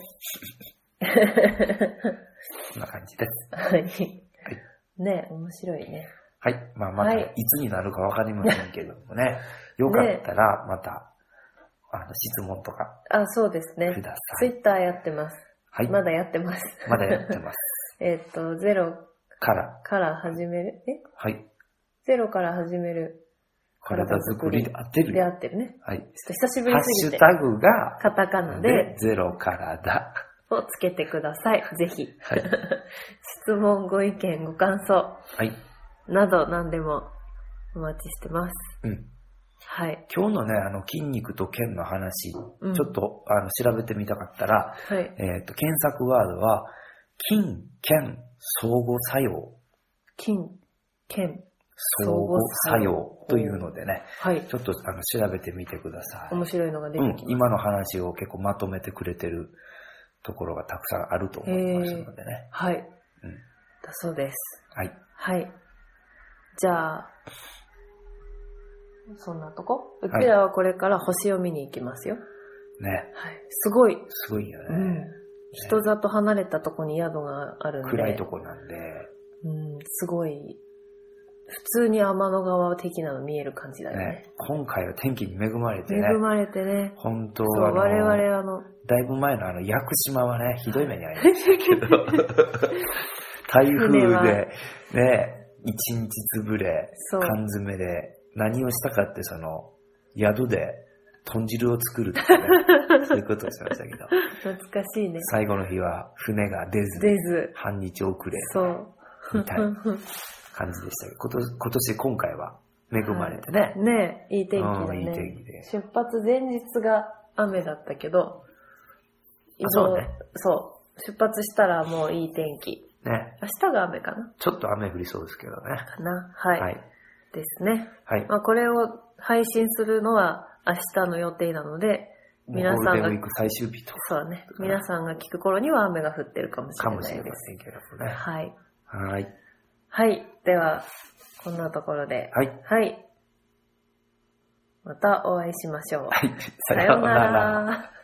S1: (laughs)
S2: こんな感じです。
S1: はい。ね面白いね。
S2: はい。まあ、また、
S1: はい
S2: いつになるかわかりませんけど
S1: (laughs)
S2: もね、よかったら、また、あの、質問とか
S1: あ、そうです
S2: く
S1: ね。
S2: だ
S1: ツ
S2: さ
S1: イ
S2: い。
S1: ッターやってます。
S2: はい。
S1: まだやってます。 (laughs)
S2: まだやってます。
S1: えっと、ゼロ
S2: から、
S1: から始める。え
S2: はい。
S1: ゼロから始める。
S2: 体作りで当て
S1: で
S2: る。
S1: 合ってるね。
S2: はい。
S1: ちょっと久しぶ
S2: ハ
S1: り
S2: ッシ
S1: す
S2: ュ
S1: ぎて。
S2: タグが、
S1: カタカナ
S2: で
S1: で、
S2: ゼロからだ。
S1: をつけてください。ぜひ。
S2: はい。
S1: 質問、ご意見、ご感想
S2: はい。
S1: など何でもお待ちしてます。
S2: うん。
S1: はい。
S2: 今日のね、あの、筋肉と腱の話、
S1: うん
S2: ちょっと、あの、調べてみたかったら、
S1: はい。
S2: えっ、と、検索ワードは、筋、腱、相互作用、
S1: 金、剣。
S2: 相互作
S1: 相互作
S2: 用
S1: 用
S2: というのでね、
S1: はい。
S2: ちょっと、あの、調べてみてください。
S1: 面白いのが出
S2: う
S1: て
S2: ん
S1: き。ま
S2: 今の話を結構まとめてくれてるところがたくさんあると思いますのでね。
S1: す。はい。
S2: うん
S1: だそうです。
S2: はい。
S1: はい。じゃあ、そんなとこうちらはこれから星を見に行きますよ。
S2: ね。
S1: はい。すごい。
S2: すごいよね。
S1: うん。人里離れたとこに宿があるんで。
S2: 暗いとこなんで、
S1: うん、すごい。普通に天の川的なの見える感じだよね。
S2: ね。今回は天気に恵まれて
S1: 恵
S2: ね。
S1: まれてね。
S2: 本当
S1: そう、
S2: あの
S1: 我々あの、
S2: だいぶ前のあの、屋久島はね、ひどい目に遭いましたけど、台風で、ね、一日潰れ、
S1: そう、
S2: 缶詰で、何をしたかってその、宿で豚汁を作ると
S1: (laughs)
S2: かね、そういうことをしましたけど、
S1: 懐かしいね。
S2: 最後の日は船が出ず、
S1: 出ず、
S2: 半日遅れ、
S1: そう。
S2: みたいな感じでしたけど、こと今年、今回は恵まれてね、
S1: (laughs) ねえ、いい天気だ
S2: うん
S1: ね。
S2: いい天気で
S1: 出発前日が雨だったけど、移動
S2: そうね
S1: そう出発したらもういい天気。
S2: ね、
S1: 明日が雨かな
S2: ちょっと雨降りそうですけどね。
S1: かなはい、
S2: はい。
S1: ですね。
S2: はい。
S1: まあ、これを配信するのは明日の予定なので、皆さん
S2: ゴ
S1: が
S2: ールデンウィーク最終日と
S1: そうだね。皆さんが聞く頃には雨が降ってるかもし
S2: か
S1: れ
S2: も
S1: な
S2: し
S1: い
S2: れ
S1: で。
S2: ますせんけどもね。
S1: はい。
S2: はい。
S1: はい。では、こんなところで。
S2: はい。
S1: はい。またお会いしましょう。
S2: はい。
S1: さ
S2: さよ
S1: よ
S2: う
S1: うな
S2: なら。
S1: ら。